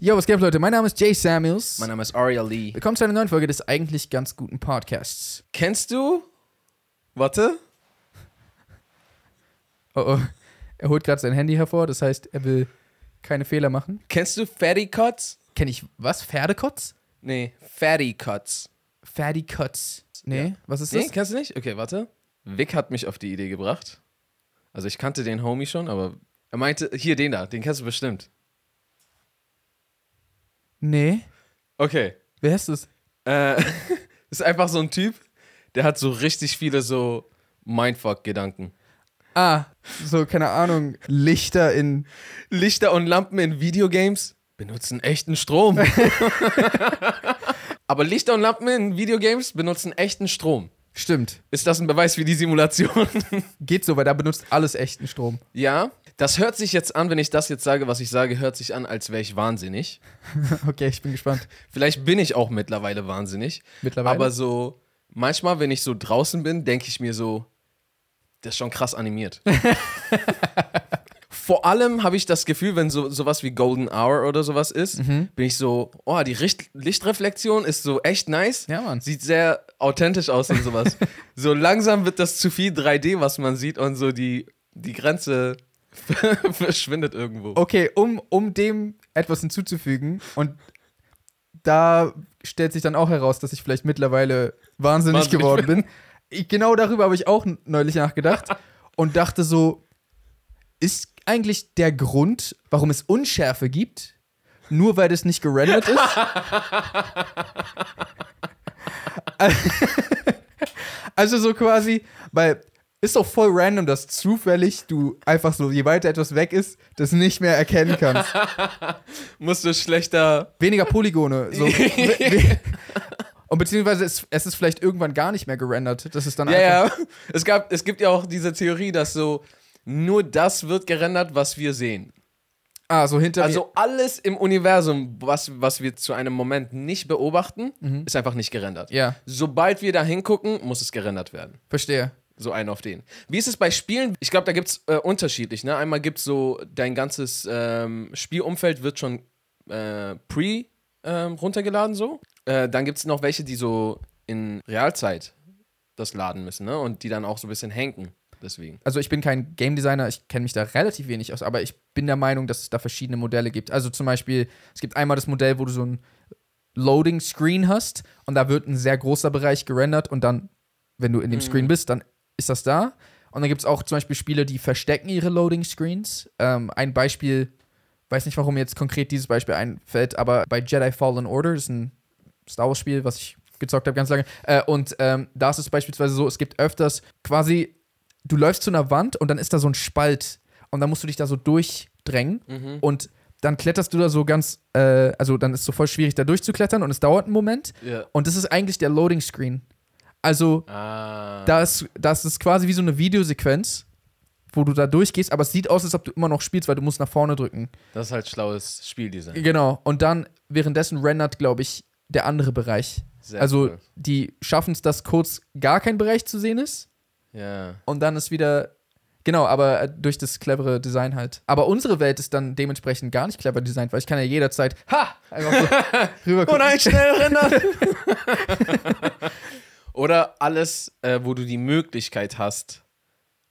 Yo, was geht, Leute? Mein Name ist Jay Samuels. Mein Name ist Aria Lee. Willkommen zu einer neuen Folge des eigentlich ganz guten Podcasts. Kennst du? Warte. Oh, oh. Er holt gerade sein Handy hervor, das heißt, er will keine Fehler machen. Kennst du Fatty Cuts? Kenne ich was? Pferdekotz? Nee, Fatty Cuts. Fatty-Kotz. Nee, Ja. was ist das? Nee, kennst du nicht? Okay, warte. Vic hat mich auf die Idee gebracht. Also ich kannte den Homie schon, aber er meinte, hier den da, den kennst du bestimmt. Nee. Okay. Wer ist das? Äh, ist einfach so ein Typ, der hat so richtig viele so Mindfuck-Gedanken. Ah, so, keine Ahnung, Lichter in. Lichter und Lampen in Videogames benutzen echten Strom. aber Lichter und Lampen in Videogames benutzen echten Strom. Stimmt. Ist das ein Beweis für die Simulation? Geht so, weil da benutzt alles echten Strom. ja. Das hört sich jetzt an, wenn ich das jetzt sage, was ich sage, hört sich an, als wäre ich wahnsinnig. Okay, ich bin gespannt. Vielleicht bin ich auch mittlerweile wahnsinnig. Mittlerweile? Aber so, manchmal, wenn ich so draußen bin, denke ich mir so, das ist schon krass animiert. Vor allem habe ich das Gefühl, wenn so sowas wie Golden Hour oder sowas ist, bin ich so, oh, die Richt Lichtreflexion ist so echt nice. Ja, Mann. Sieht sehr authentisch aus und sowas. so langsam wird das zu viel 3D, was man sieht und so die, die Grenze verschwindet irgendwo. Okay, um, um dem etwas hinzuzufügen und da stellt sich dann auch heraus, dass ich vielleicht mittlerweile wahnsinnig Wahnsinnig geworden bin. Ich, genau darüber habe ich auch n- neulich nachgedacht und dachte so, ist eigentlich der Grund, warum es Unschärfe gibt, nur weil das nicht gerendert ist? also so quasi, weil ist doch voll random, dass zufällig du einfach so, je weiter etwas weg ist, das nicht mehr erkennen kannst Musst du schlechter. weniger Polygone. So. Und beziehungsweise es, es ist vielleicht irgendwann gar nicht mehr gerendert. Das ist dann Ja, einfach. ja. Es, gab, es gibt ja auch diese Theorie, dass so nur das wird gerendert, was wir sehen. Ah, so hinter mir. Also alles im Universum, was, was wir zu einem Moment nicht beobachten, ist einfach nicht gerendert. Ja, Sobald wir da hingucken, muss es gerendert werden. verstehe. So einen auf den. Wie ist es bei Spielen? Ich glaube, da gibt es äh, unterschiedlich. Ne? Einmal gibt es so, dein ganzes ähm, Spielumfeld wird schon äh, pre ähm, runtergeladen so. Äh, dann gibt es noch welche, die so in Realzeit das laden müssen ne? und die dann auch so ein bisschen hängen. Deswegen. Also ich bin kein Game Designer, ich kenne mich da relativ wenig aus, aber ich bin der Meinung, dass es da verschiedene Modelle gibt. Also zum Beispiel, es gibt einmal das Modell, wo du so ein Loading Screen hast und da wird ein sehr großer Bereich gerendert und dann, wenn du in dem Screen bist, dann ist das da. Und dann gibt es auch zum Beispiel Spiele, die verstecken ihre Loading Screens. Ähm, ein Beispiel, weiß nicht, warum mir jetzt konkret dieses Beispiel einfällt, aber bei Jedi Fallen Order das ist ein Star Wars Spiel, was ich gezockt habe ganz lange. Äh, und ähm, da ist es beispielsweise so, es gibt öfters quasi, du läufst zu einer Wand und dann ist da so ein Spalt und dann musst du dich da so durchdrängen Mhm. und dann kletterst du da so ganz, äh, also dann ist es so voll schwierig, da durchzuklettern und es dauert einen Moment. Oh, Ja. Und das ist eigentlich der Loading Screen. Also Ah. da ist, das ist quasi wie so eine Videosequenz, wo du da durchgehst, aber es sieht aus, als ob du immer noch spielst, weil du musst nach vorne drücken. Das ist halt schlaues Spieldesign. Genau. Und dann währenddessen rendert, glaube ich, der andere Bereich. Sehr also cool. die schaffen es, dass kurz gar kein Bereich zu sehen ist Ja. und dann ist wieder genau, aber äh, durch das clevere Design halt. Aber unsere Welt ist dann dementsprechend gar nicht clever designt, weil ich kann ja jederzeit Ha! einfach so rüber Oh gucken. nein, schnell rennen! Oder alles, äh, wo du die Möglichkeit hast,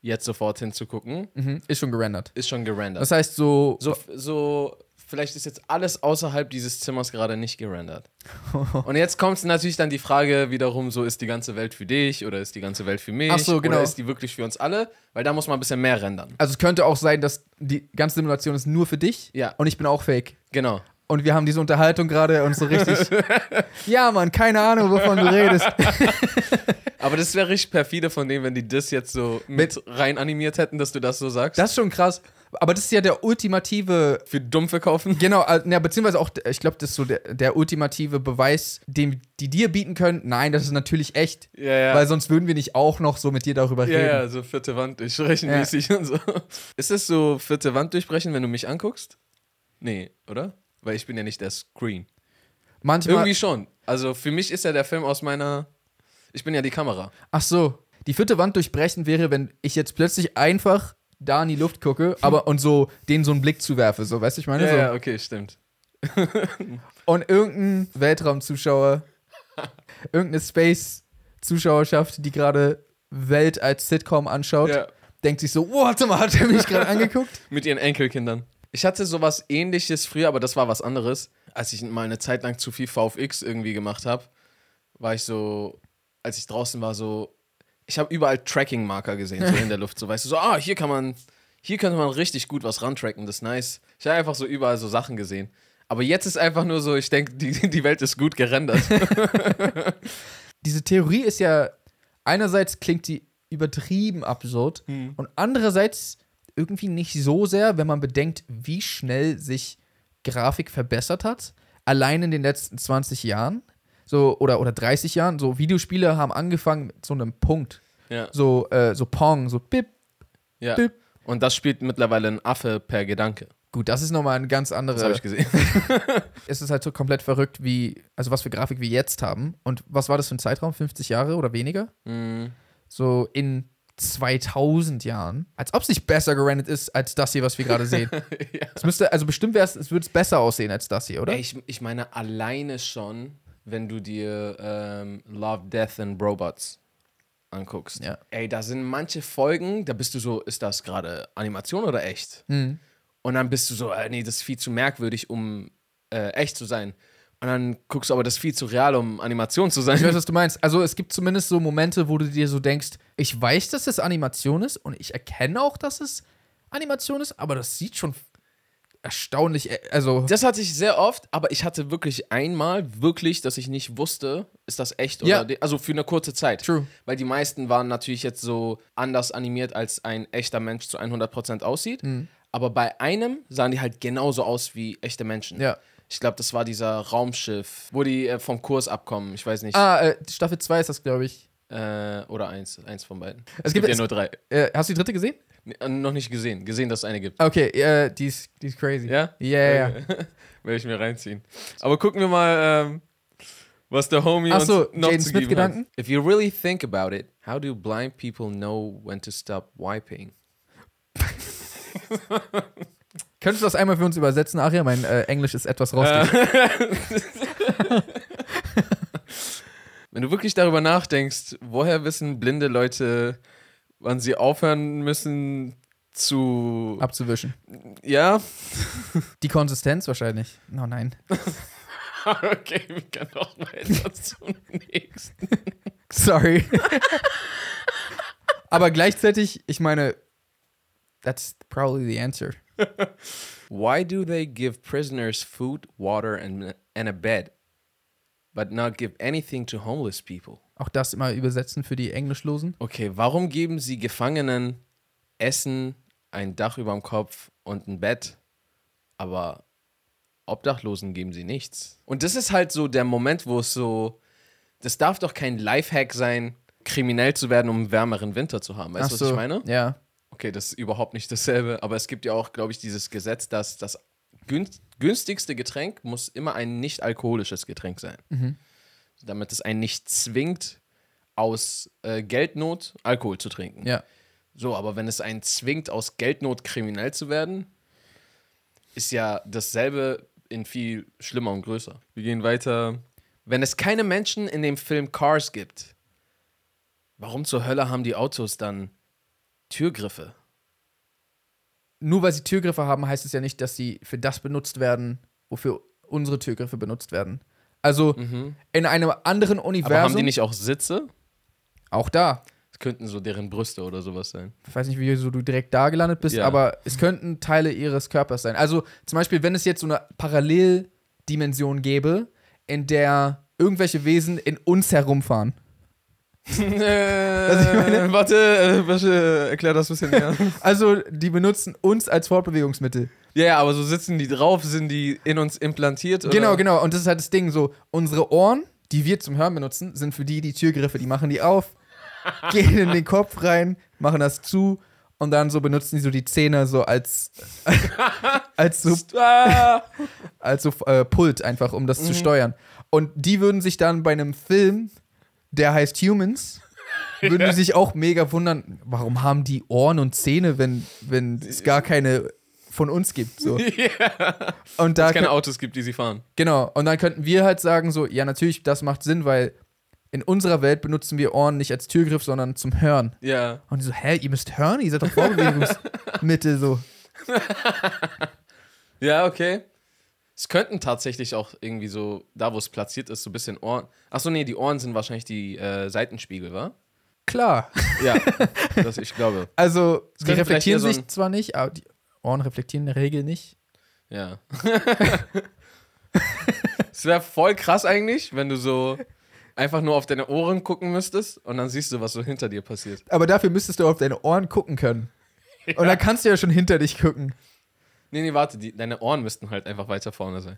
jetzt sofort hinzugucken, Mhm, ist schon gerendert. ist schon gerendert. Das heißt so, so, so, vielleicht ist jetzt alles außerhalb dieses Zimmers gerade nicht gerendert. Und jetzt kommt natürlich dann die Frage wiederum, so ist die ganze Welt für dich oder ist die ganze Welt für mich? Ach so, genau. Oder ist die wirklich für uns alle? Weil da muss man ein bisschen mehr rendern. also es könnte auch sein, dass die ganze Simulation ist nur für dich Ja. und ich bin auch fake. Genau. Und wir haben diese Unterhaltung gerade und so richtig. ja, Mann, keine Ahnung, wovon du redest. Aber das wäre richtig perfide von denen, wenn die das jetzt so mit rein animiert hätten, dass du das so sagst. Das ist schon krass. Aber das ist ja der ultimative für dumm verkaufen. Genau, äh, na, beziehungsweise auch, ich glaube, das ist so der, der ultimative Beweis, den die dir bieten können. Nein, das ist natürlich echt. Ja, ja. Weil sonst würden wir nicht auch noch so mit dir darüber Ja, reden. ja, so vierte Wand durchbrechen Ja. mäßig und so. Ist es so vierte Wand durchbrechen, wenn du mich anguckst? Nee, oder? Weil ich bin ja nicht der Screen. Manchmal, Irgendwie schon. Also für mich ist ja der Film aus meiner Ich bin ja die Kamera. Ach so. Die vierte Wand durchbrechen wäre, wenn ich jetzt plötzlich einfach da in die Luft gucke, aber und so denen so einen Blick zuwerfe, so, weißt du, ich Hm. meine? Ja, so. ja, okay, stimmt. Und irgendein Weltraumzuschauer, irgendeine Space-Zuschauerschaft, die gerade Welt als Sitcom anschaut, Ja. denkt sich so, oh, warte mal, hat er mich gerade angeguckt? Mit ihren Enkelkindern. Ich hatte sowas ähnliches früher, aber das war was anderes. Als ich mal eine Zeit lang zu viel VFX irgendwie gemacht habe, war ich so, als ich draußen war, so, ich habe überall Tracking-Marker gesehen, so in der Luft. So, weißt du, so, ah, hier kann man, hier könnte man richtig gut was rantracken, das ist nice. Ich habe einfach so überall so Sachen gesehen. Aber jetzt ist einfach nur so, ich denke, die, die Welt ist gut gerendert. Diese Theorie ist ja, einerseits klingt die übertrieben absurd Hm. und andererseits irgendwie nicht so sehr, wenn man bedenkt, wie schnell sich Grafik verbessert hat, allein in den letzten 20 Jahren. So, oder, oder 30 Jahren, so Videospiele haben angefangen mit so einem Punkt. ja. So, äh, so Pong, so Bip, ja. Bip. Und das spielt mittlerweile ein Affe per Gedanke. Gut, das ist nochmal ein ganz Das habe anderer. ich gesehen. Es ist halt so komplett verrückt, wie, also was für Grafik wir jetzt haben. Und was war das für ein Zeitraum? 50 Jahre oder weniger? Mhm. So in 2000 Jahren. Als ob es nicht besser gerendert ist als das hier, was wir gerade sehen. ja. Es müsste, also bestimmt wäre es, es würde es besser aussehen als das hier, oder? Ey, ich, ich meine, alleine schon, wenn du dir ähm, Love, Death and Robots anguckst. Ja. Ey, da sind manche Folgen, da bist du so, ist das gerade Animation oder echt? Hm. Und dann bist du so, äh, nee, das ist viel zu merkwürdig, um äh, echt zu sein. Und dann guckst du aber, das ist viel zu real, um Animation zu Ich weiß, sein. was du meinst. Also es gibt zumindest so Momente, wo du dir so denkst, ich weiß, dass das Animation ist und ich erkenne auch, dass es Animation ist, aber das sieht schon erstaunlich, äh, also Das hatte ich sehr oft, aber ich hatte wirklich einmal wirklich, dass ich nicht wusste, ist das echt Ja. oder de- also für eine kurze Zeit. True. Weil die meisten waren natürlich jetzt so anders animiert, als ein echter Mensch zu 100% aussieht. Mhm. Aber bei einem sahen die halt genauso aus wie echte Menschen. Ja. Ich glaube, das war dieser Raumschiff, wo die äh, vom Kurs abkommen. Ich weiß nicht. Ah, äh, Staffel 2 ist das, glaube ich. Äh, oder eins. Eins von beiden. Es gibt- ja es- nur drei. Äh, hast du die dritte gesehen? Nee, äh, noch nicht gesehen. Gesehen, dass es eine gibt. Okay, äh, die, ist, die ist crazy. Ja? Ja, ja, ja. Okay. Werde ich mir reinziehen. Aber gucken wir mal, ähm, was der Homie Ach so, uns noch Jaden zu Smith geben Gedanken? hat. If you really think about it, how do blind people know when to stop wiping? Könntest du das einmal für uns übersetzen, Aria? Mein äh, Englisch ist etwas rostig. Äh. Wenn du wirklich darüber nachdenkst, woher wissen blinde Leute, wann sie aufhören müssen zu... Abzuwischen. ja? Die Konsistenz wahrscheinlich. Oh nein. Okay, wir können auch weiter zum nächsten. Sorry. Aber gleichzeitig, ich meine, that's probably the answer. Why do they give prisoners food, water and, and a bed, but not give anything to homeless people? Auch das immer übersetzen für die Englischlosen. Okay, warum geben sie Gefangenen Essen, ein Dach über dem Kopf und ein Bett, aber Obdachlosen geben sie nichts? Und das ist halt so der Moment, wo es so, das darf doch kein Lifehack sein, kriminell zu werden, um einen wärmeren Winter zu haben. Weißt du, Ach was so, ich meine? Ja. Okay, das ist überhaupt nicht dasselbe, aber es gibt ja auch, glaube ich, dieses Gesetz, dass das günst- günstigste Getränk muss immer ein nicht alkoholisches Getränk sein. Damit es einen nicht zwingt, aus äh, Geldnot Alkohol zu trinken. Ja. So, aber wenn es einen zwingt, aus Geldnot kriminell zu werden, ist ja dasselbe in viel schlimmer und größer. Wir gehen weiter. Wenn es keine Menschen in dem Film Cars gibt, warum zur Hölle haben die Autos dann Türgriffe? Nur weil sie Türgriffe haben, heißt es ja nicht, dass sie für das benutzt werden, wofür unsere Türgriffe benutzt werden. Also in einem anderen Universum. Mhm. Aber haben die nicht auch Sitze? Auch da. Das könnten so deren Brüste oder sowas sein. Ich weiß nicht, wie so du direkt da gelandet bist, Ja. aber es könnten Teile ihres Körpers sein. Also zum Beispiel, wenn es jetzt so eine Paralleldimension gäbe, in der irgendwelche Wesen in uns herumfahren. ich meine- warte, äh, erklär das ein bisschen mehr. Also die benutzen uns als Fortbewegungsmittel. ja, ja, aber so sitzen die drauf, sind die in uns implantiert? Oder? Genau, genau. Und das ist halt das Ding so, unsere Ohren, die wir zum Hören benutzen, sind für die die Türgriffe. Die machen die auf, gehen in den Kopf rein, machen das zu und dann so benutzen die so die Zähne so als, als so Ah! als so äh, Pult einfach, um das zu steuern. Und die würden sich dann bei einem Film der heißt Humans, würden die sich auch mega wundern, warum haben die Ohren und Zähne, wenn, wenn es gar keine von uns gibt. So. Und da es keine Autos gibt, die sie fahren. Genau, und dann könnten wir halt sagen so, ja natürlich, das macht Sinn, weil in unserer Welt benutzen wir Ohren nicht als Türgriff, sondern zum Hören. Ja. Und die so, hä, ihr müsst hören? Ihr seid doch Vorbewegungsmittel so. Ja, okay. Es könnten tatsächlich auch irgendwie so, da wo es platziert ist, so ein bisschen Ohren. Achso, nee, die Ohren sind wahrscheinlich die äh, Seitenspiegel, wa? Klar. Ja, das ich glaube. Also, die könnte vielleicht eher reflektieren so sich ein- zwar nicht, aber die Ohren reflektieren in der Regel nicht. Ja. es wäre voll krass eigentlich, wenn du so einfach nur auf deine Ohren gucken müsstest und dann siehst du, was so hinter dir passiert. Aber dafür müsstest du auf deine Ohren gucken können. Und dann kannst du ja schon hinter dich gucken. Nee, nee, warte, die, deine Ohren müssten halt einfach weiter vorne sein.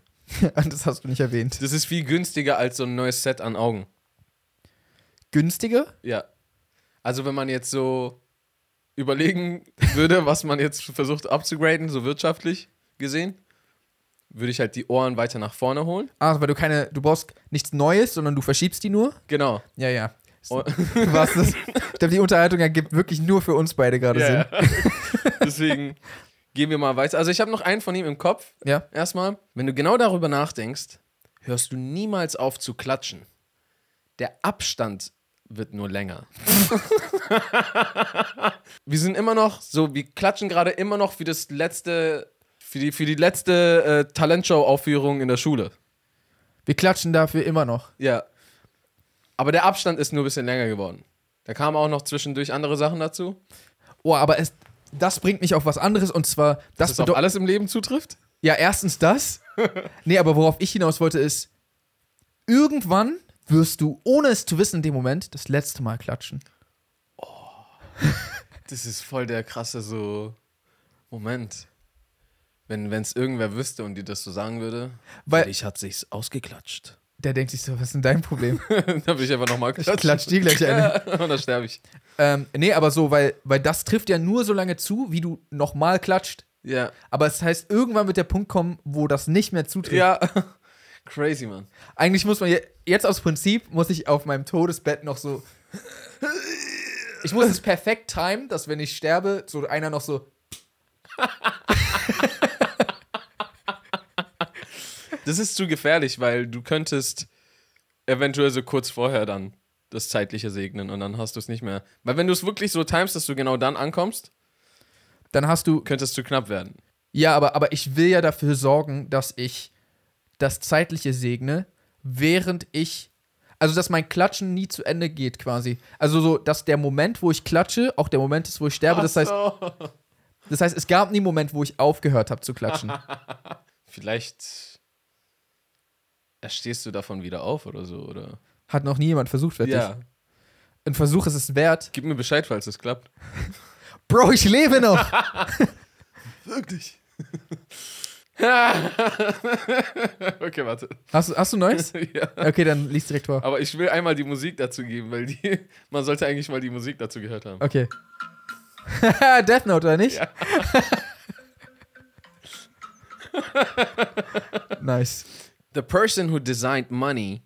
Und das hast du nicht erwähnt. Das ist viel günstiger als so ein neues Set an Augen. Günstiger? Ja. Also wenn man jetzt so überlegen würde, was man jetzt versucht abzugraden, so wirtschaftlich gesehen, würde ich halt die Ohren weiter nach vorne holen. Ah, weil du keine, du brauchst nichts Neues, sondern du verschiebst die nur. Genau. Ja, ja. Oh. Was das? Ich glaube, die Unterhaltung ergibt wirklich nur für uns beide gerade Ja, Sinn. ja. Deswegen gehen wir mal weiter. Also ich habe noch einen von ihm im Kopf. Ja. Erstmal, wenn du genau darüber nachdenkst, hörst du niemals auf zu klatschen. Der Abstand wird nur länger. wir sind immer noch so, wir klatschen gerade immer noch für das letzte, für die, für die letzte äh, Talentshow-Aufführung in der Schule. Wir klatschen dafür immer noch. Ja. Aber der Abstand ist nur ein bisschen länger geworden. Da kamen auch noch zwischendurch andere Sachen dazu. Oh, aber es, das bringt mich auf was anderes und zwar, das, Dass das auf bedeutet. alles im Leben zutrifft? Ja, erstens das. nee, aber worauf ich hinaus wollte ist, irgendwann wirst du, ohne es zu wissen in dem Moment, das letzte Mal klatschen. Das ist voll der krasse so Moment. Wenn es irgendwer wüsste und dir das so sagen würde, Weil- ich hat sich's ausgeklatscht. Der denkt sich so, was ist denn dein Problem? Dann würde ich einfach nochmal Ich klatsch dir gleich eine. und dann sterbe ich. Ähm, nee, aber so, weil, weil das trifft ja nur so lange zu, wie du nochmal klatscht. Ja. Aber es heißt, irgendwann wird der Punkt kommen, wo das nicht mehr zutrifft. Ja. Crazy, Mann. Eigentlich muss man je, jetzt aus Prinzip, muss ich auf meinem Todesbett noch so. Ich muss es perfekt timen, dass wenn ich sterbe, so einer noch so. Das ist zu gefährlich, weil du könntest eventuell so kurz vorher dann das zeitliche segnen und dann hast du es nicht mehr. Weil wenn du es wirklich so timest, dass du genau dann ankommst, Dann hast du. könnte es zu knapp werden. Ja, aber, aber ich will ja dafür sorgen, dass ich das Zeitliche segne, während ich. Also, dass mein Klatschen nie zu Ende geht, quasi. Also, so, dass der Moment, wo ich klatsche, auch der Moment ist, wo ich sterbe. Das heißt, das heißt, es gab nie einen Moment, wo ich aufgehört habe zu klatschen. Vielleicht erstehst du davon wieder auf oder so, oder? Hat noch nie jemand versucht, wette ich. Ein Versuch ist es wert. Gib mir Bescheid, falls es klappt. Bro, ich lebe noch! Wirklich? okay, warte. Hast, du- hast du Neues? ja. Okay, dann lies direkt vor. Aber ich will einmal die Musik dazu geben, weil die, man sollte eigentlich mal die Musik dazu gehört haben. Okay. Death Note, oder nicht? nice. The person who designed money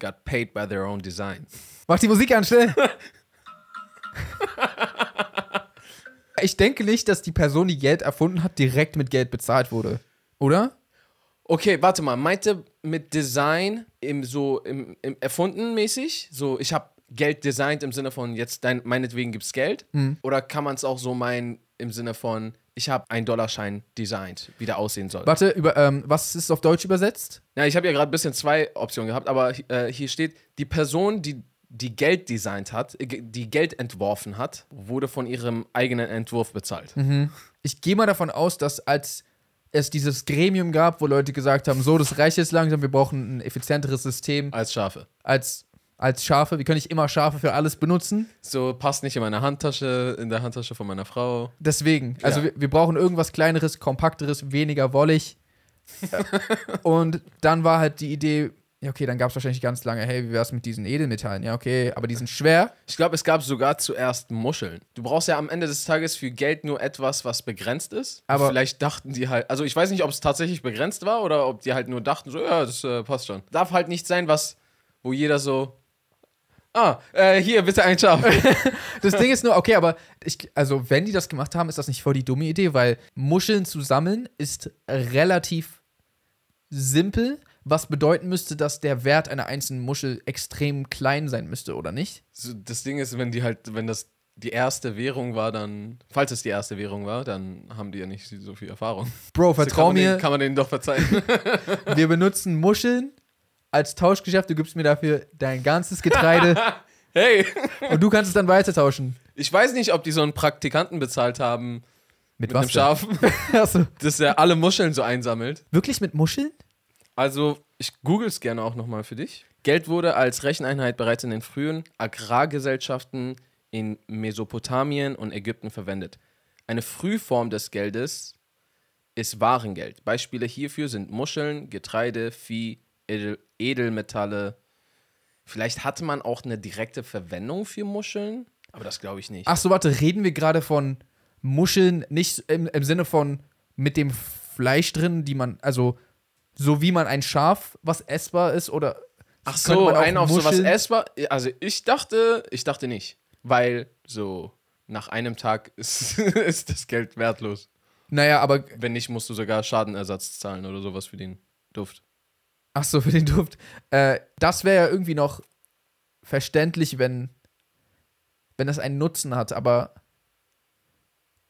got paid by their own design. Mach die Musik an, schnell. ich denke nicht, dass die Person, die Geld erfunden hat, direkt mit Geld bezahlt wurde. Oder? Okay, warte mal. Meinte mit Design im so im, im erfunden mäßig? So, ich habe Geld designt im Sinne von jetzt dein, meinetwegen gibt's Geld? Oder kann man es auch so meinen im Sinne von ich habe einen Dollarschein designt, wie der aussehen soll? Warte, über, ähm, was ist auf Deutsch übersetzt? Na, ich habe ja gerade ein bisschen zwei Optionen gehabt, aber äh, hier steht, die Person, die die Geld designt hat, äh, die Geld entworfen hat, wurde von ihrem eigenen Entwurf bezahlt. Ich gehe mal davon aus, dass als es dieses Gremium gab, wo Leute gesagt haben, so, das reicht jetzt langsam, wir brauchen ein effizienteres System Als Schafe. als, als Schafe. Wie kann ich immer Schafe für alles benutzen? So passt nicht in meine Handtasche, in der Handtasche von meiner Frau. Deswegen. Also Ja. wir, wir brauchen irgendwas kleineres, kompakteres, weniger wollig. Äh, und dann war halt die Idee, ja okay, dann gab es wahrscheinlich ganz lange, hey, wie wär's mit diesen Edelmetallen? Ja, okay, aber die sind schwer. Ich glaube, es gab sogar zuerst Muscheln. Du brauchst ja am Ende des Tages für Geld nur etwas, was begrenzt ist. Aber- vielleicht dachten die halt, also ich weiß nicht, ob es tatsächlich begrenzt war oder ob die halt nur dachten, so, ja, das äh, passt schon. Darf halt nicht sein, was, wo jeder so, ah, äh, hier, bitte ein Schaf. Das Ding ist nur, okay, aber ich, also wenn die das gemacht haben, ist das nicht voll die dumme Idee, weil Muscheln zu sammeln ist relativ simpel, was bedeuten müsste, dass der Wert einer einzelnen Muschel extrem klein sein müsste, oder nicht? So, das Ding ist, wenn die halt, wenn das die erste Währung war, dann, falls es die erste Währung war, dann haben die ja nicht so viel Erfahrung. Bro, Also kann vertrau man mir, Denen, kann man denen doch verzeihen. wir benutzen Muscheln als Tauschgeschäft, du gibst mir dafür dein ganzes Getreide hey, und du kannst es dann weitertauschen. ich weiß nicht, ob die so einen Praktikanten bezahlt haben Mit, mit einem Schaf, Achso. dass er alle Muscheln so einsammelt. Wirklich mit Muscheln? Also, ich google es gerne auch nochmal für dich. Geld wurde als Recheneinheit bereits in den frühen Agrargesellschaften in Mesopotamien und Ägypten verwendet. Eine Frühform des Geldes ist Warengeld. Beispiele hierfür sind Muscheln, Getreide, Vieh, Edel Edelmetalle. Vielleicht hatte man auch eine direkte Verwendung für Muscheln, aber das glaube ich nicht. Ach so, warte, reden wir gerade von Muscheln, nicht im, im Sinne von mit dem Fleisch drin, die man, also so wie man ein Schaf, was essbar ist oder. Ach könnte so, man auch einen auf sowas Muscheln- essbar. Also ich dachte, ich dachte nicht. Weil so nach einem Tag ist, ist das Geld wertlos. Naja, aber, Wenn nicht, musst du sogar Schadenersatz zahlen oder sowas für den Duft. ach so, für den Duft. Äh, das wäre ja irgendwie noch verständlich, wenn, wenn das einen Nutzen hat, aber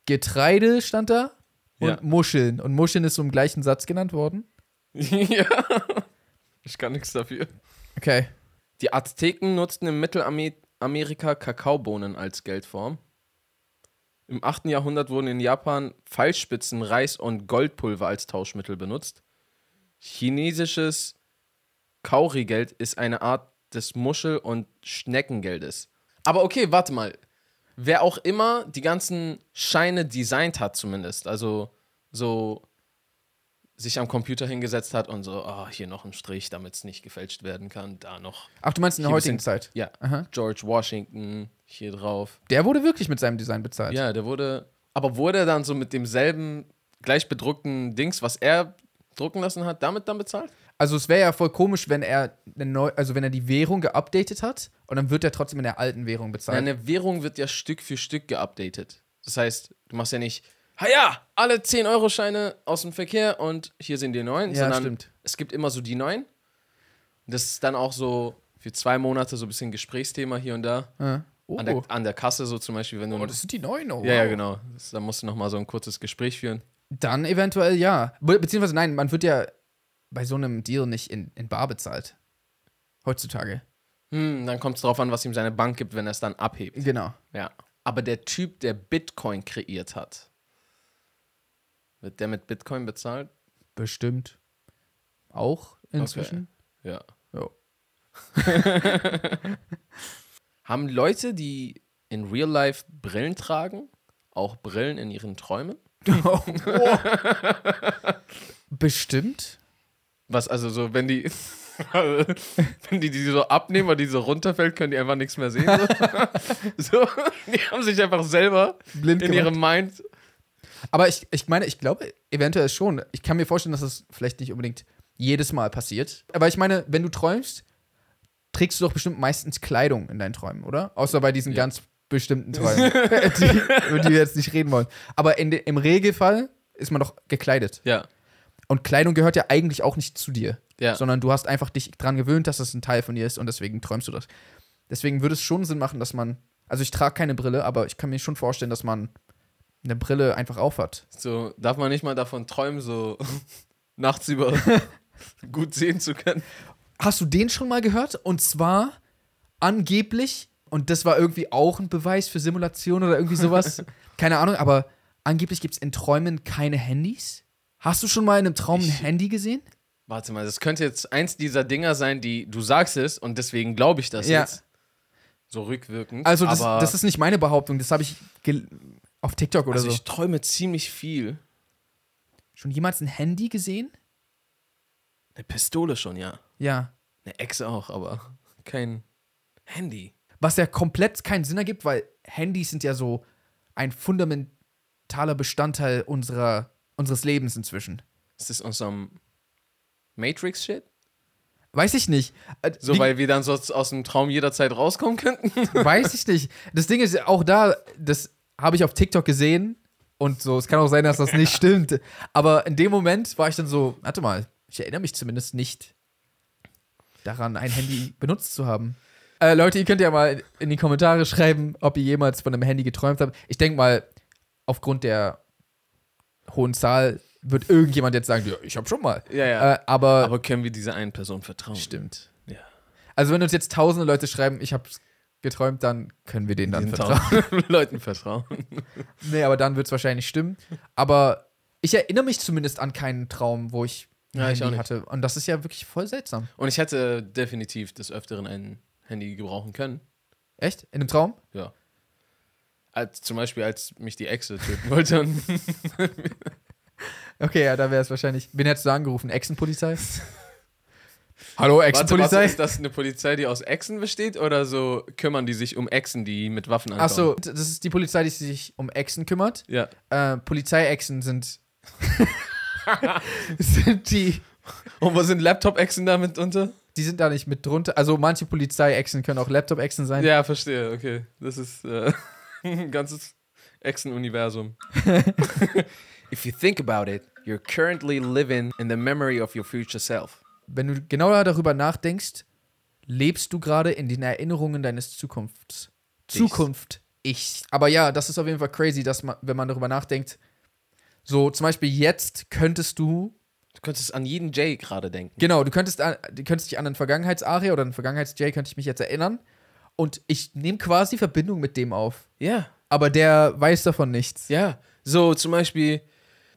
Getreide stand da und Ja. Muscheln. Und Muscheln ist so im gleichen Satz genannt worden. ja. Ich kann nichts dafür. Okay. Die Azteken nutzten in Mittelamerika Kakaobohnen als Geldform. Im 8. Jahrhundert wurden in Japan Pfeilspitzen, Reis und Goldpulver als Tauschmittel benutzt. Chinesisches Kaurigeld ist eine Art des Muschel- und Schneckengeldes. Aber okay, warte mal. Wer auch immer die ganzen Scheine designt hat, zumindest, also so sich am Computer hingesetzt hat und so, ah, hier noch ein Strich, damit es nicht gefälscht werden kann, da noch Ach, du meinst in der Hier ein heutigen bisschen- Zeit? ja, Aha. George Washington hier drauf. Der wurde wirklich mit seinem Design bezahlt. Ja, der wurde, aber wurde er dann so mit demselben gleich bedruckten Dings, was er drucken lassen hat, damit dann bezahlt? Also es wäre ja voll komisch, wenn er eine neu, also wenn er die Währung geupdatet hat und dann wird er trotzdem in der alten Währung bezahlt. Deine Währung wird ja Stück für Stück geupdatet. Das heißt, du machst ja nicht, ha ja, alle 10-Euro-Scheine aus dem Verkehr und hier sind die neuen, Ja, sondern stimmt. es gibt immer so die neuen. Das ist dann auch so für zwei Monate so ein bisschen Gesprächsthema hier und da. Ja. oh, An, der, an der Kasse so zum Beispiel, wenn du... oh, das sind die neuen. Oh, ja, ja, wow. genau. Das, da musst du nochmal so ein kurzes Gespräch führen. Dann eventuell ja. Be beziehungsweise nein, man wird ja bei so einem Deal nicht in, in Bar bezahlt. Heutzutage. Hm, dann kommt es drauf an, was ihm seine Bank gibt, wenn er es dann abhebt. Genau. Ja. Aber der Typ, der Bitcoin kreiert hat, wird der mit Bitcoin bezahlt? Bestimmt. Auch inzwischen. Ja. Jo. Haben Leute, die in Real Life Brillen tragen, auch Brillen in ihren Träumen? Oh, wow. Bestimmt. Was, also so, wenn die, wenn die die so abnehmen oder die so runterfällt, können die einfach nichts mehr sehen. So, so die haben sich einfach selber Blind in ihrem Mind Aber ich, ich meine, ich glaube, eventuell schon. Ich kann mir vorstellen, dass das vielleicht nicht unbedingt jedes Mal passiert. Aber ich meine, wenn du träumst, trägst du doch bestimmt meistens Kleidung in deinen Träumen, oder? Außer bei diesen Ja. ganz bestimmten Träumen, die, über die wir jetzt nicht reden wollen. Aber in de, im Regelfall ist man doch gekleidet. Ja, Und Kleidung gehört ja eigentlich auch nicht zu dir, ja. sondern du hast einfach dich dran gewöhnt, dass das ein Teil von dir ist und deswegen träumst du das. Deswegen würde es schon Sinn machen, dass man. Also ich trage keine Brille, aber ich kann mir schon vorstellen, dass man eine Brille einfach aufhat. So, darf man nicht mal davon träumen, so nachts über gut sehen zu können. Hast du den schon mal gehört? Und zwar angeblich, und das war irgendwie auch ein Beweis für Simulation oder irgendwie sowas. Keine Ahnung, aber angeblich gibt es in Träumen keine Handys. Hast du schon mal in einem Traum ein Ich- Handy gesehen? Warte mal, das könnte jetzt eins dieser Dinger sein, die du sagst es und deswegen glaube ich das Ja. jetzt. So rückwirkend. Also, das, aber das ist nicht meine Behauptung, das habe ich gel- auf TikTok oder also so. ich träume ziemlich viel. Schon jemals ein Handy gesehen? Eine Pistole schon, ja. Ja. Eine Echse auch, aber kein Handy. Was ja komplett keinen Sinn ergibt, weil Handys sind ja so ein fundamentaler Bestandteil unserer, unseres Lebens inzwischen. Ist das aus so einem Matrix-Shit? Weiß ich nicht. Äh, So, wie- weil wir dann sonst aus dem Traum jederzeit rauskommen könnten. Weiß ich nicht. Das Ding ist, auch da, das habe ich auf TikTok gesehen und so, es kann auch sein, dass das nicht stimmt. Aber in dem Moment war ich dann so, warte mal, ich erinnere mich zumindest nicht daran, ein Handy benutzt zu haben. Äh, Leute, ihr könnt ja mal in die Kommentare schreiben, ob ihr jemals von einem Handy geträumt habt. Ich denke mal, aufgrund der hohen Zahl wird irgendjemand jetzt sagen, ja, ich habe schon mal. Ja, Äh, aber, Aber können wir dieser einen Person vertrauen? stimmt. Ja. Also wenn uns jetzt tausende Leute schreiben, ich habe geträumt, dann können wir denen dann Den vertrauen. tausend Leuten vertrauen. Nee, aber dann wird es wahrscheinlich stimmen. Aber ich erinnere mich zumindest an keinen Traum, wo ich ein Ja, ich Handy auch nicht. hatte. Und das ist ja wirklich voll seltsam. Und ich hätte definitiv des Öfteren ein Handy gebrauchen können. Echt? In einem Traum? Ja. Als, zum Beispiel, als mich die Exe töten wollte. Und Okay, ja, da wäre es wahrscheinlich. Wen hättest du angerufen? Echsenpolizei? Hallo, warte, warte, Echsenpolizei? ist das eine Polizei, die aus Echsen besteht? Oder so kümmern die sich um Echsen, die mit Waffen ankommen? Achso, das ist die Polizei, die sich um Echsen kümmert. Ja. Äh, Polizeiechsen sind. sind die. Und wo sind Laptop-Echsen damit unter? Die sind da nicht mit drunter. Also manche Polizeiechsen können auch Laptop-Echsen sein. Ja, verstehe, okay. Das ist äh, ein ganzes Echsen-Universum. If you think about it, you're currently living in the memory of your future self. Wenn du genauer darüber nachdenkst, lebst du gerade in den Erinnerungen deines Zukunfts. Zukunft. Ich. Aber ja, das ist auf jeden Fall crazy, dass man, wenn man darüber nachdenkt, so zum Beispiel jetzt könntest du, Du könntest an jeden Jay gerade denken. genau, du könntest, an- du könntest dich an einen Vergangenheitsaria oder einen Vergangenheits-J könnte ich mich jetzt erinnern und ich nehme quasi Verbindung mit dem auf. Ja, Aber der weiß davon nichts. ja. So zum Beispiel,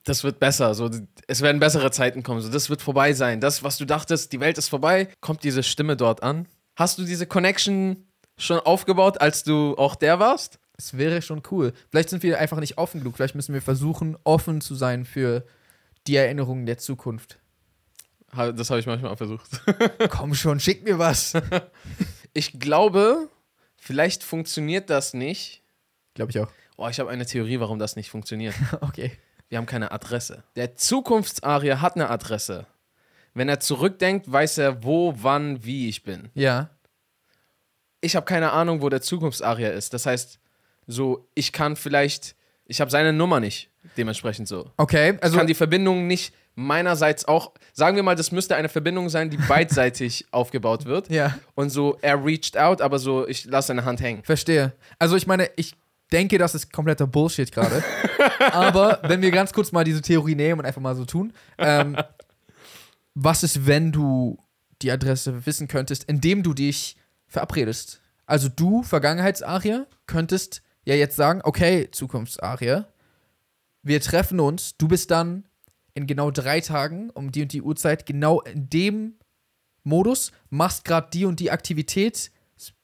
das wird besser. So, es werden bessere Zeiten kommen. So, das wird vorbei sein. Das, was du dachtest, die Welt ist vorbei, kommt diese Stimme dort an. Hast du diese Connection schon aufgebaut, als du auch der warst? Es wäre schon cool. Vielleicht sind wir einfach nicht offen genug. Vielleicht müssen wir versuchen, offen zu sein für die Erinnerungen der Zukunft. Ha- Das habe ich manchmal auch versucht. Komm schon, schick mir was. Ich glaube, vielleicht funktioniert das nicht. Glaube ich auch. Oh, ich habe eine Theorie, warum das nicht funktioniert. Okay. Wir haben keine Adresse. Der Zukunftsarier hat eine Adresse. Wenn er zurückdenkt, weiß er, wo, wann, wie ich bin. Ja. Ich habe keine Ahnung, wo der Zukunftsarier ist. Das heißt, so, ich kann vielleicht, ich habe seine Nummer nicht, dementsprechend so. Okay, Also also kann die Verbindung nicht meinerseits auch, sagen wir mal, das müsste eine Verbindung sein, die beidseitig aufgebaut wird. ja, Und so, er reached out, aber so, ich lasse seine Hand hängen. verstehe. Also ich meine, ich denke, das ist kompletter Bullshit gerade. Aber wenn wir ganz kurz mal diese Theorie nehmen und einfach mal so tun, ähm, was ist, wenn du die Adresse wissen könntest, indem du dich verabredest? Also du, Vergangenheitsarie, könntest ja jetzt sagen, okay, Zukunftsarie, wir treffen uns, du bist dann in genau drei Tagen um die und die Uhrzeit genau in dem Modus, machst gerade die und die Aktivität,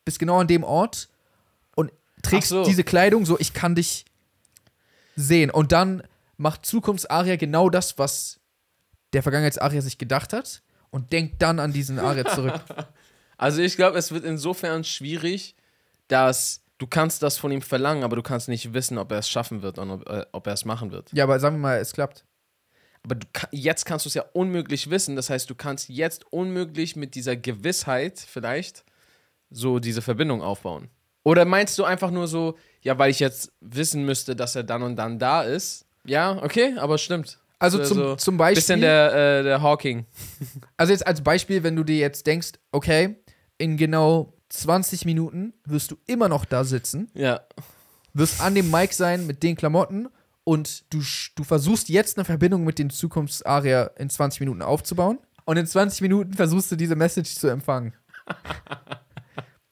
bist genau an dem Ort und trägst Ach so. diese Kleidung so, ich kann dich sehen. Und dann macht Zukunftsaria genau das, was der Vergangenheitsaria sich gedacht hat und denkt dann an diesen Aria zurück. Also ich glaube, es wird insofern schwierig, dass du kannst das von ihm verlangen, aber du kannst nicht wissen, ob er es schaffen wird und ob, äh, ob er es machen wird. ja, aber sagen wir mal, es klappt. Aber du, ka- jetzt kannst du es ja unmöglich wissen. Das heißt, du kannst jetzt unmöglich mit dieser Gewissheit vielleicht so diese Verbindung aufbauen. Oder meinst du einfach nur so, ja, weil ich jetzt wissen müsste, dass er dann und dann da ist? Ja, okay, aber stimmt. Also So- zum, so zum Beispiel. Bisschen der, äh, der Hawking. Also jetzt als Beispiel, wenn du dir jetzt denkst, okay, in genau 20 Minuten wirst du immer noch da sitzen, Ja. wirst an dem Mic sein mit den Klamotten und du, sch- du versuchst jetzt eine Verbindung mit den Zukunftsaria in 20 Minuten aufzubauen und in 20 Minuten versuchst du diese Message zu empfangen.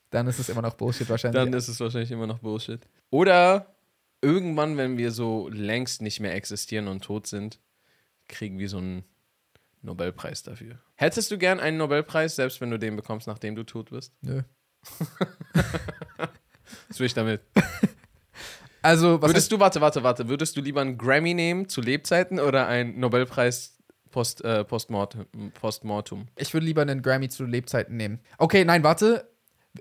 Dann ist es immer noch Bullshit wahrscheinlich. Dann ist es wahrscheinlich immer noch Bullshit. Oder irgendwann, wenn wir so längst nicht mehr existieren und tot sind, kriegen wir so einen Nobelpreis dafür. Hättest du gern einen Nobelpreis, selbst wenn du den bekommst, nachdem du tot bist? Nö. Was will ich damit? Also, was würdest du, warte, warte, warte, würdest du lieber einen Grammy nehmen zu Lebzeiten oder einen Nobelpreis post, äh, postmortem, postmortum? Ich würde lieber einen Grammy zu Lebzeiten nehmen. Okay, nein, warte.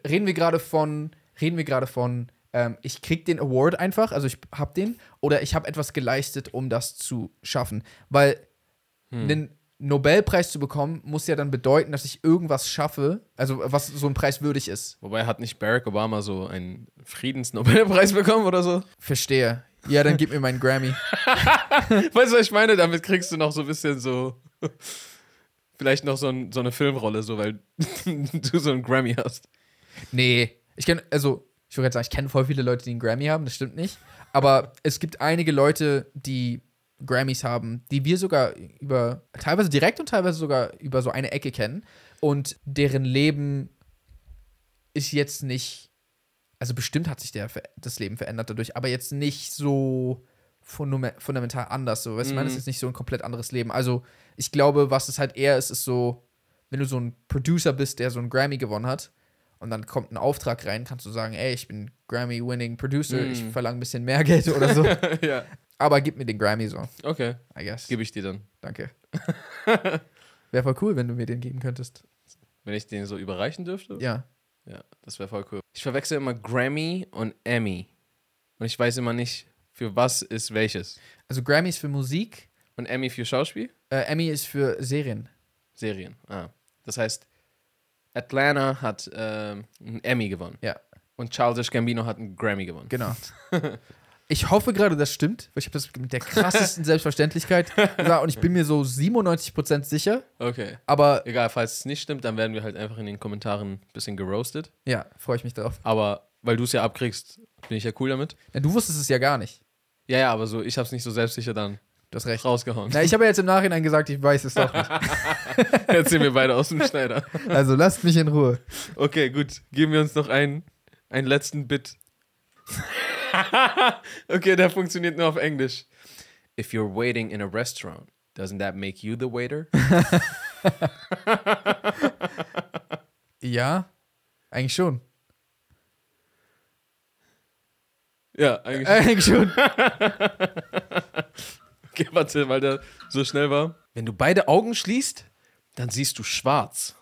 Reden wir gerade von, reden wir gerade von, ähm, ich krieg den Award einfach, also ich hab den, oder ich habe etwas geleistet, um das zu schaffen. Weil einen Nobelpreis zu bekommen, muss ja dann bedeuten, dass ich irgendwas schaffe, also was so ein Preis würdig ist. Wobei hat nicht Barack Obama so einen Friedensnobelpreis bekommen oder so? Verstehe. Ja, dann gib mir meinen Grammy. Weißt du, was ich meine? Damit kriegst du noch so ein bisschen so. Vielleicht noch so, ein, so eine Filmrolle, so, weil du so einen Grammy hast. Nee, ich kenne, also, ich würde sagen, ich kenne voll viele Leute, die einen Grammy haben, das stimmt nicht. Aber es gibt einige Leute, die Grammys haben, die wir sogar über, teilweise direkt und teilweise sogar über so eine Ecke kennen und deren Leben ist jetzt nicht, also bestimmt hat sich der, ver- das Leben verändert dadurch, aber jetzt nicht so fundam- fundamental anders. So, weißt du, ich meine, das ist jetzt nicht so ein komplett anderes Leben. Also, ich glaube, was es halt eher ist, ist so, wenn du so ein Producer bist, der so einen Grammy gewonnen hat und dann kommt ein Auftrag rein, kannst du sagen, ey, ich bin Grammy-winning Producer, Mhm. ich verlange ein bisschen mehr Geld oder so. ja. aber gib mir den Grammy so, Okay, I guess. gebe ich dir dann. Danke. Wäre voll cool, wenn du mir den geben könntest. Wenn ich den so überreichen dürfte? Ja. Ja, das wäre voll cool. Ich verwechsel immer Grammy und Emmy. Und ich weiß immer nicht, für was ist welches. Also Grammy ist für Musik, Und Emmy für Schauspiel? äh, Emmy ist für Serien. Serien. Ah. Das heißt, Atlanta hat ähm, einen Emmy gewonnen. Ja. Und Childish Gambino hat einen Grammy gewonnen. Genau. Ich hoffe gerade, das stimmt, weil ich habe das mit der krassesten Selbstverständlichkeit gesagt und ich bin mir so 97% sicher, Okay. aber Egal, falls es nicht stimmt, dann werden wir halt einfach in den Kommentaren ein bisschen geroastet. ja, freue ich mich darauf. Aber weil du es ja abkriegst, bin ich ja cool damit. Ja, du wusstest es ja gar nicht. Ja, ja, aber so, ich hab's nicht so selbstsicher dann Du hast recht. rausgehauen. Na, ich habe ja jetzt im Nachhinein gesagt, ich weiß es doch nicht. Jetzt sind wir beide aus dem Schneider. Also lasst mich in Ruhe. Okay, gut. Geben wir uns noch einen, einen letzten Bit. okay, der funktioniert nur auf Englisch. If you're waiting in a restaurant, doesn't that make you the waiter? Ja, eigentlich schon. ja, eigentlich. Eigentlich schon. Okay, warte, weil der so schnell war. Wenn du beide Augen schließt, dann siehst du schwarz.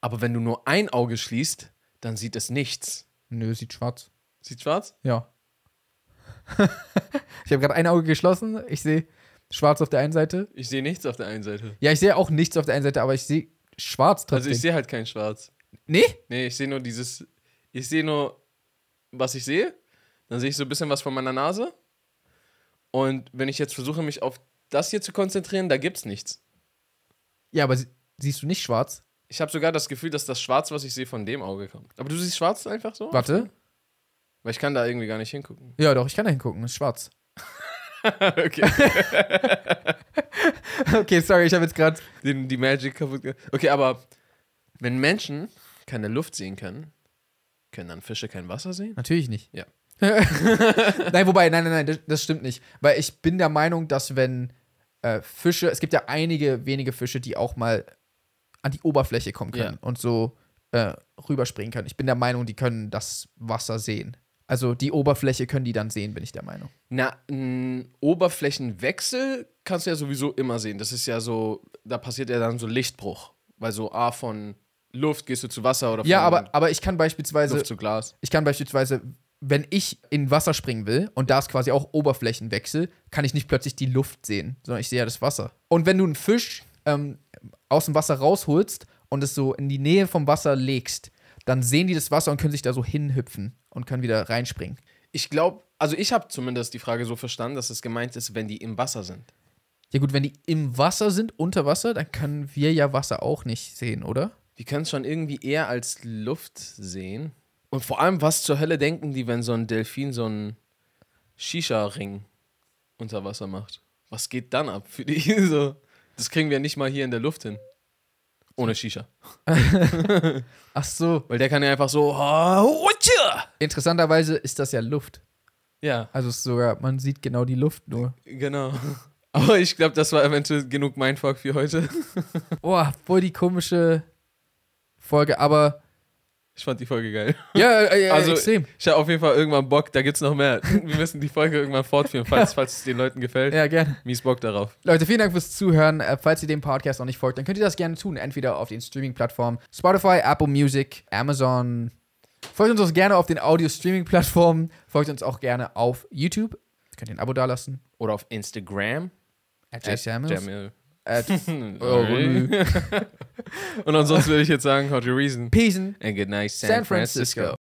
Aber wenn du nur ein Auge schließt, dann sieht es nichts. Nö, sieht schwarz. Sieht schwarz? Ja. ich habe gerade ein Auge geschlossen. Ich sehe schwarz auf der einen Seite. Ich sehe nichts auf der einen Seite. Ja, ich sehe auch nichts auf der einen Seite, aber ich sehe schwarz Also trotzdem. ich sehe halt kein Schwarz. nee? Nee, ich sehe nur dieses. Ich sehe nur, was ich sehe. Dann sehe ich so ein bisschen was von meiner Nase. Und wenn ich jetzt versuche, mich auf das hier zu konzentrieren, da gibt's nichts. Ja, aber sie siehst du nicht schwarz? Ich habe sogar das Gefühl, dass das Schwarz, was ich sehe, von dem Auge kommt. Aber du siehst Schwarz einfach so? Warte. Weil ich kann da irgendwie gar nicht hingucken. Ja, doch, ich kann da hingucken. Ist schwarz. okay. Okay, sorry, ich habe jetzt gerade. den, die Magic kaputt gemacht. Okay, aber wenn Menschen keine Luft sehen können, können dann Fische kein Wasser sehen? Natürlich nicht. Ja. nein, wobei, nein, nein, nein, das, das stimmt nicht. Weil ich bin der Meinung, dass wenn äh, Fische, es gibt ja einige wenige Fische, die auch mal an die Oberfläche kommen können und so äh, rüberspringen können. Ich bin der Meinung, die können das Wasser sehen. Also die Oberfläche können die dann sehen, bin ich der Meinung. Na, n, Oberflächenwechsel kannst du ja sowieso immer sehen. Das ist ja so, da passiert ja dann so Lichtbruch. Weil so A von Luft gehst du zu Wasser oder von Ja, aber, aber ich kann beispielsweise. Luft zu Glas. Ich kann beispielsweise, wenn ich in Wasser springen will und da ist quasi auch Oberflächenwechsel, kann ich nicht plötzlich die Luft sehen, sondern ich sehe ja das Wasser. Und wenn du einen Fisch ähm, aus dem Wasser rausholst und es so in die Nähe vom Wasser legst, dann sehen die das Wasser und können sich da so hinhüpfen und können wieder reinspringen. Ich glaube, also ich habe zumindest die Frage so verstanden, dass es gemeint ist, wenn die im Wasser sind. Ja gut, wenn die im Wasser sind, unter Wasser, dann können wir ja Wasser auch nicht sehen, oder? Die können es schon irgendwie eher als Luft sehen. Und vor allem, was zur Hölle denken die, wenn so ein Delfin so einen Shisha-Ring unter Wasser macht? Was geht dann ab für die? So, das kriegen wir nicht mal hier in der Luft hin. Ohne Shisha. Ach so. Weil der kann ja einfach so. "Oh, utja!" Interessanterweise ist das ja Luft. Ja, Also es ist sogar, man sieht genau die Luft nur. genau. Aber ich glaube, das war eventuell genug Mindfuck für heute. Boah, voll die komische Folge, aber Ich fand die Folge geil. Ja, äh, äh, Also- extrem. Ich habe auf jeden Fall irgendwann Bock, da gibt's noch mehr. Wir müssen die Folge irgendwann fortführen, falls, falls es den Leuten gefällt. Ja, gerne. Mies Bock darauf. äh, Leute, vielen Dank fürs Zuhören. Äh, falls ihr dem Podcast noch nicht folgt, dann könnt ihr das gerne tun. Entweder auf den Streaming-Plattformen Spotify, Apple Music, Amazon. Folgt uns auch gerne auf den Audio-Streaming-Plattformen. Folgt uns auch gerne auf YouTube. Könnt ihr ein Abo dalassen. Oder auf Instagram. At Jay Samuels. Jamil At Sorry. Und Oh, ansonsten würde ich jetzt sagen, how to reason Peace. and good night San, San Francisco. Francisco.